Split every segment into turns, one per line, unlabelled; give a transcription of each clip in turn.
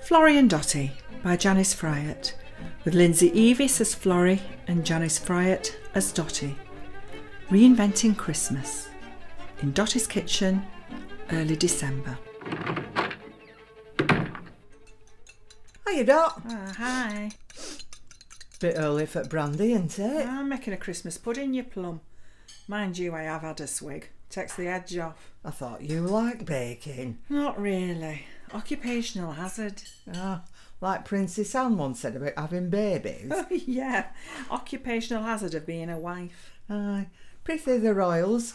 Florian Dotty by Janice Fryatt, with Lindsay Eavis as Florrie and Janice Fryatt as Dotty. Reinventing Christmas in Dotty's Kitchen, early December.
Hiya, Dot.
Ah, hi.
Bit early for brandy, isn't it?
Ah, I'm making a Christmas pudding, you plum. Mind you, I have had a swig. Takes the edge off.
I thought you like baking.
Not really. Occupational hazard.
Ah, like Princess Anne once said about having babies.
Oh, yeah. Occupational hazard of being a wife.
Aye, pretty the royals.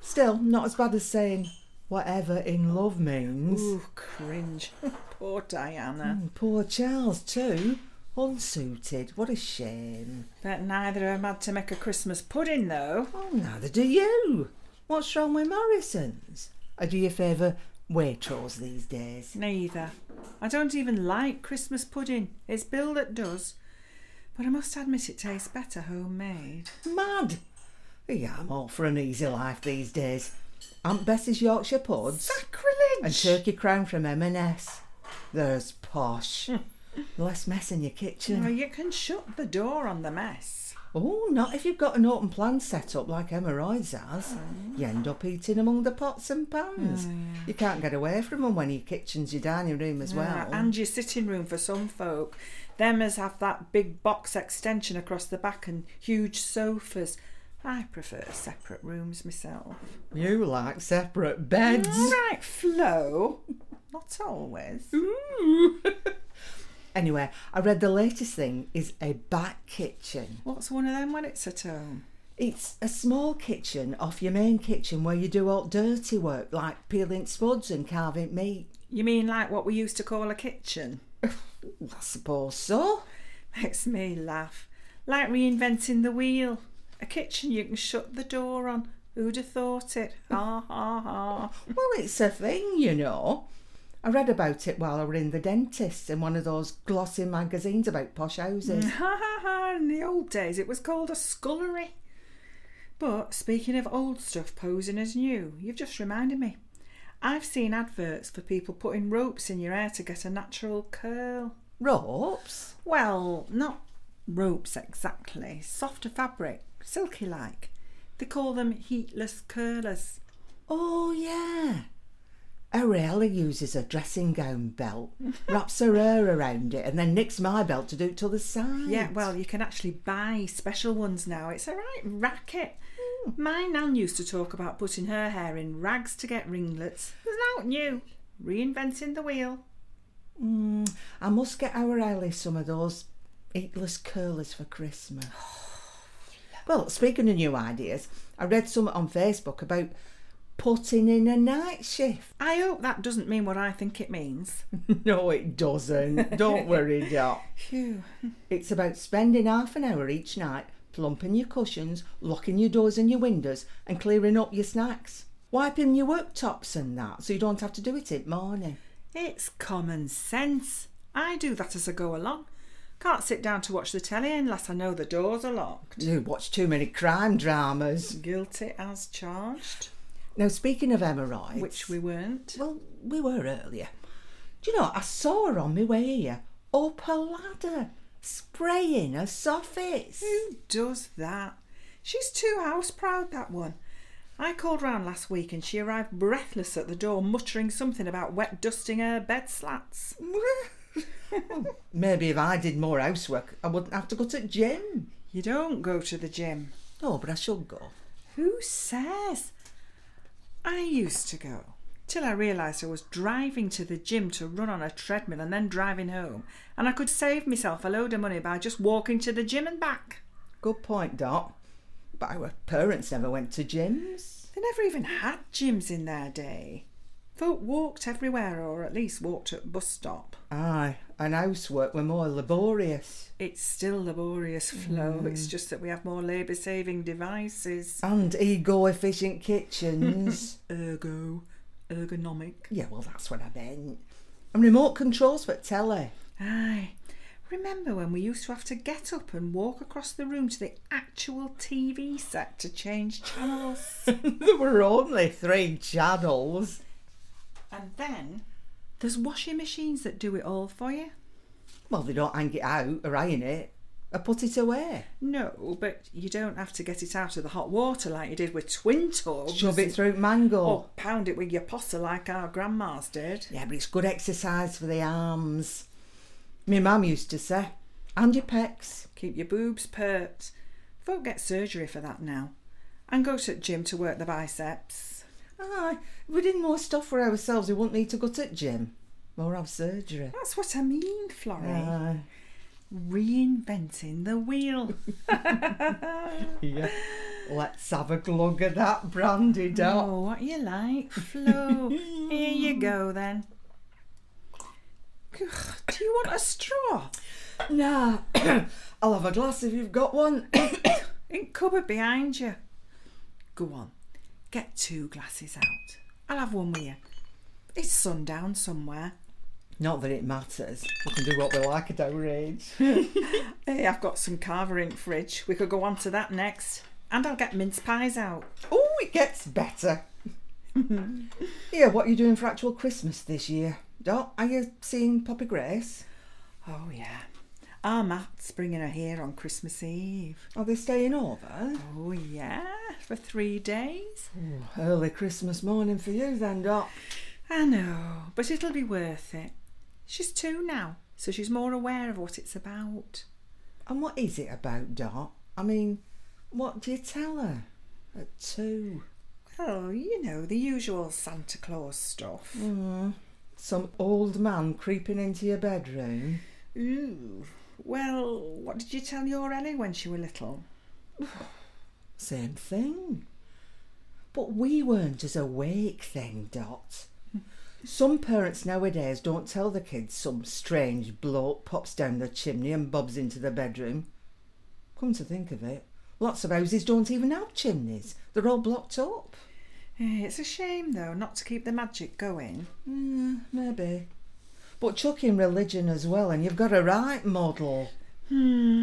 Still, not as bad as saying whatever in love means.
Ooh, cringe. Poor Diana.
And poor Charles too, unsuited. What a shame.
Bet neither of 'em had to make a Christmas pudding, though.
Oh, neither do you. What's wrong with Morrison's? I do you favour Waitrose these days.
Neither. I don't even like Christmas pudding. It's Bill that does. But I must admit it tastes better homemade.
Mad. Yeah, I'm all for an easy life these days. Aunt Bess's Yorkshire puds.
Sacrilege!
and turkey crown from M&S. There's posh. Less mess in your
Well,
kitchen.
you can shut the door on the mess.
Oh, not if you've got an open plan set up like Emma Roy's has. You end up eating among the pots and pans. You can't get away from them when your kitchen's your dining room as well.
Uh, and your sitting room for some folk. Them as have that big box extension across the back and huge sofas. I prefer separate rooms myself.
you like separate beds.
All right, Flo. Not always.
anyway, I read the latest thing is a back kitchen.
What's one of them when it's at home?
It's a small kitchen off your main kitchen where you do all dirty work like peeling spuds and carving meat.
You mean like what we used to call a kitchen?
I suppose so.
Makes me laugh. Like reinventing the wheel. A kitchen you can shut the door on. Who'd have thought it? Ha ha ha.
Well, it's a thing, you know. I read about it while I were in the dentist in one of those glossy magazines about posh houses.
Ha ha ha. In the old days it was called a scullery. But speaking of old stuff posing as new, you've just reminded me. I've seen adverts for people putting ropes in your hair to get a natural curl.
Ropes?
Well, not ropes exactly. Softer fabric, silky like. They call them heatless curlers.
Oh, yeah. Arella uses a dressing gown belt, wraps her hair around it, and then nicks my belt to do it to the side.
Yeah, well, you can actually buy special ones now. It's a right racket. My nan used to talk about putting her hair in rags to get ringlets. There's not new. Reinventing the wheel.
Mm, I must get our Ellie some of those eatless curlers for Christmas. well, speaking of new ideas, I read some on Facebook about putting in a night shift.
I hope that doesn't mean what I think it means.
no, it doesn't. Don't worry, Dot.
Phew.
It's about spending half an hour each night plumping your cushions, locking your doors and your windows, and clearing up your snacks. Wiping your worktops and that so you don't have to do it in the morning.
It's common sense. I do that as I go along. Can't sit down to watch the telly unless I know the doors are locked.
You watch too many crime dramas.
Guilty as charged,
Now, speaking of hemorrhoids.
which we weren't.
Well, we were earlier. Do you know, I saw her on my way here, up a ladder, spraying her soffits.
Who does that? She's too house proud, that one. I called round last week and she arrived breathless at the door, muttering something about wet dusting her bed slats.
Maybe if I did more housework, I wouldn't have to go to the gym.
You don't go to the gym.
No, but I should go.
Who says? I used to go till I realised I was driving to the gym to run on a treadmill and then driving home, and I could save myself a load of money by just walking to the gym and back.
Good point, Dot. But our parents never went to gyms.
They never even had gyms in their day. Folk walked everywhere, or at least walked at bus stop.
Aye, and housework were more laborious
It's still laborious flow. It's just that we have more labour-saving devices.
and ego-efficient kitchens.
Ergo, ergonomic.
yeah, well, that's what I meant. And remote controls for telly.
Aye. Remember when we used to have to get up and walk across the room to the actual TV set to change channels?
there were only three channels.
and then There's washing machines that do it all for you.
Well, they don't hang it out or iron it or put it away.
No, but you don't have to get it out of the hot water like you did with twin tubs.
Shove it through mango.
Or pound it with your potter like our grandmas did.
Yeah, but it's good exercise for the arms. My mum used to say, and your pecs.
Keep your boobs pert. Folk get surgery for that now. And go to the gym to work the biceps.
Aye, if Ah, we did more stuff for ourselves, we wouldn't need to go to the gym or have surgery.
That's what I mean, Florrie.
Aye.
Reinventing the wheel.
Yeah. Ah. Let's have a glug of that brandy, Dot.
Oh, what you like, Flo. Here you go then. Ugh, Do you want a straw?
Nah, I'll have a glass if you've got one.
In cupboard behind you. Go on, get two glasses out. I'll have one with you. It's sundown somewhere.
Not that it matters. We can do what we like at our age.
Hey, I've got some carver ink fridge. We could go on to that next. And I'll get mince pies out.
oh, it gets better. yeah, what are you doing for actual Christmas this year? Dot, are you seeing Poppy Grace?
Oh, yeah. Our Ah, Matt's bringing her here on Christmas Eve.
Are they staying over?
Oh, yeah, for three days.
Early Christmas morning for you then, Dot.
I know, but it'll be worth it. She's two now, so she's more aware of what it's about.
And what is it about, Dot? I mean, what do you tell her? At two.
Well, you know, the usual Santa Claus stuff.
Some old man creeping into your bedroom.
Ooh. Well, what did you tell your Ellie when she were little?
Same thing. But we weren't as awake then, Dot. Some parents nowadays don't tell the kids some strange bloke pops down the chimney and bobs into the bedroom. Come to think of it, lots of houses don't even have chimneys. They're all blocked up.
Eh, It's a shame, though, not to keep the magic going.
Mm, maybe. But chuck in religion as well, and you've got a right model.
Hmm.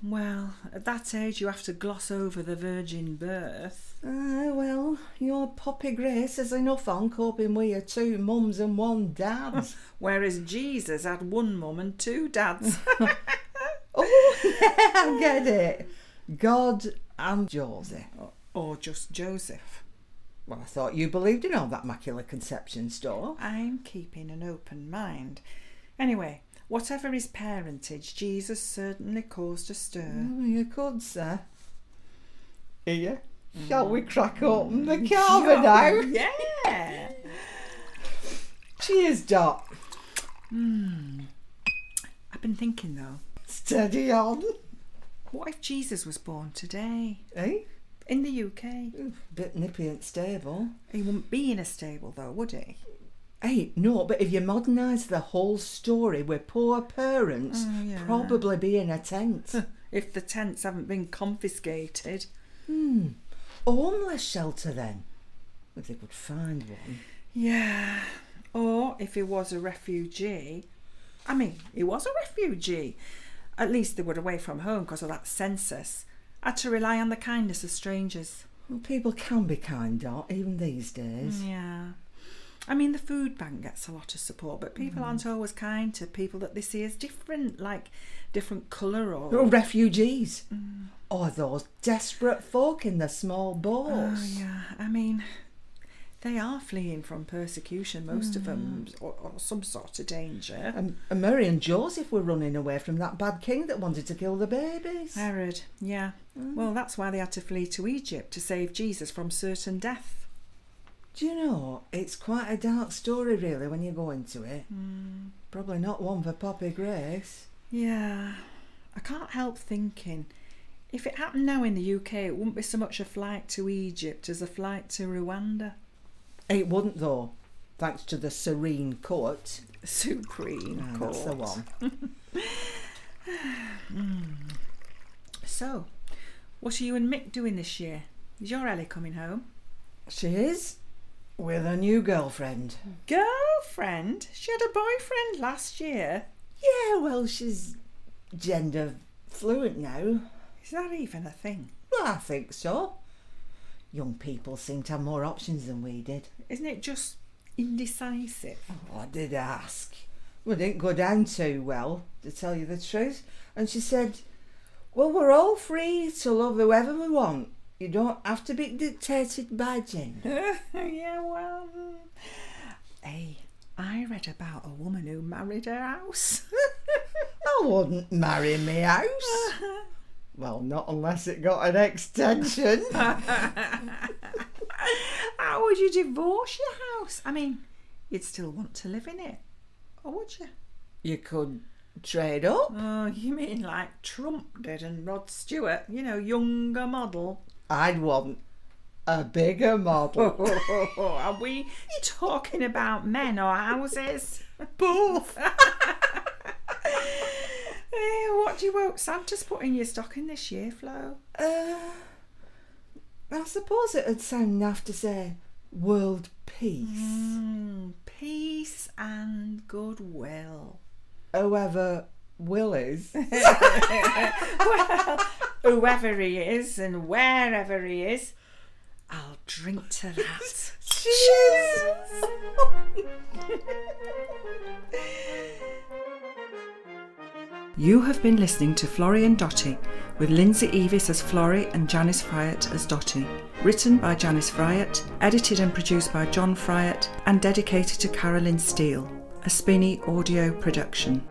Well, at that age, you have to gloss over the virgin birth.
Ah, well, your Poppy Grace is enough on coping with your two mums and one dad.
Whereas Jesus had one mum and two dads.
Oh, yeah, I get it. God and Josie.
or just Joseph.
Well, I thought you believed in all that Immaculate Conception stuff.
I'm keeping an open mind. Anyway, whatever his parentage, Jesus certainly caused a stir.
Oh, you could, sir. Mm. Here, shall we crack open the carver now?
Yeah!
Cheers, Dot.
I've been thinking though,
Steady on.
what if Jesus was born today?
Eh?
In the UK?
Bit nippy and stable.
He wouldn't be in a stable though, would he?
Hey, no, but if you modernise the whole story with poor parents
Oh, yeah.
probably be in a tent.
If the tents haven't been confiscated.
A Hmm. homeless shelter then. If they could find one.
Yeah. Or if he was a refugee. I mean, he was a refugee. At least they were away from home because of that census. Had to rely on the kindness of strangers.
Well, people can be kind, Dot, even these
Mm,
days.
Yeah. I mean, the food bank gets a lot of support, but people aren't always kind to people that they see as different, like different colour or. Mm.
Or refugees. Or those desperate folk in the small
Oh,
boats.
yeah. I mean, they are fleeing from persecution, most of 'em of them, or, or some sort of danger.
and, and Mary and Joseph were running away from that bad king that wanted to kill the babies. Mm.
Herod, yeah. Well, that's why they had to flee to Egypt to save Jesus from certain death.
Do you know, it's quite a dark story, really, when you go into it.
Mm.
Probably not one for Poppy Grace.
Yeah. I can't help thinking if it happened now in the UK, it wouldn't be so much a flight to Egypt as a flight to Rwanda.
It wouldn't, though, thanks to the Serene Court.
Supreme
Ah,
Court.
That's the one.
So, what are you and Mick doing this year? Is your Ellie coming home?
She is with a new girlfriend.
Girlfriend? She had a boyfriend last year.
Yeah, well, she's gender fluent now.
Is that even a thing?
Well, I think so. Young people seem to have more options than we did.
Isn't it just indecisive?
Well, I did ask. We didn't go down too well, to tell you the truth. And she said, Well, we're all free to love whoever we want. You don't have to be dictated by gender.
yeah, well. mm. Hey, I read about a woman who married her house.
I wouldn't marry me house. Well, not unless it got an extension.
How would you divorce your house? I mean, you'd still want to live in it, or would you?
you could trade up.
Oh, you mean like Trump did and Rod Stewart, you know, younger model.
I'd want a bigger model.
Are we talking about men or houses?
Both.
Eh, what do you hope Santa's put in your stocking this year, Flo?
Uh, I suppose it would sound naff to say world peace.
Mm, peace and goodwill.
However, Willis.
Whoever he is and wherever he is, I'll drink to that. You have been listening to Florrie and Dottie, with Lindsay Evis as Florrie and Janice Fryatt as Dottie. Written by Janice Fryatt, edited and produced by John Fryatt, and dedicated to Carolyn Steele. A Spinny Audio production.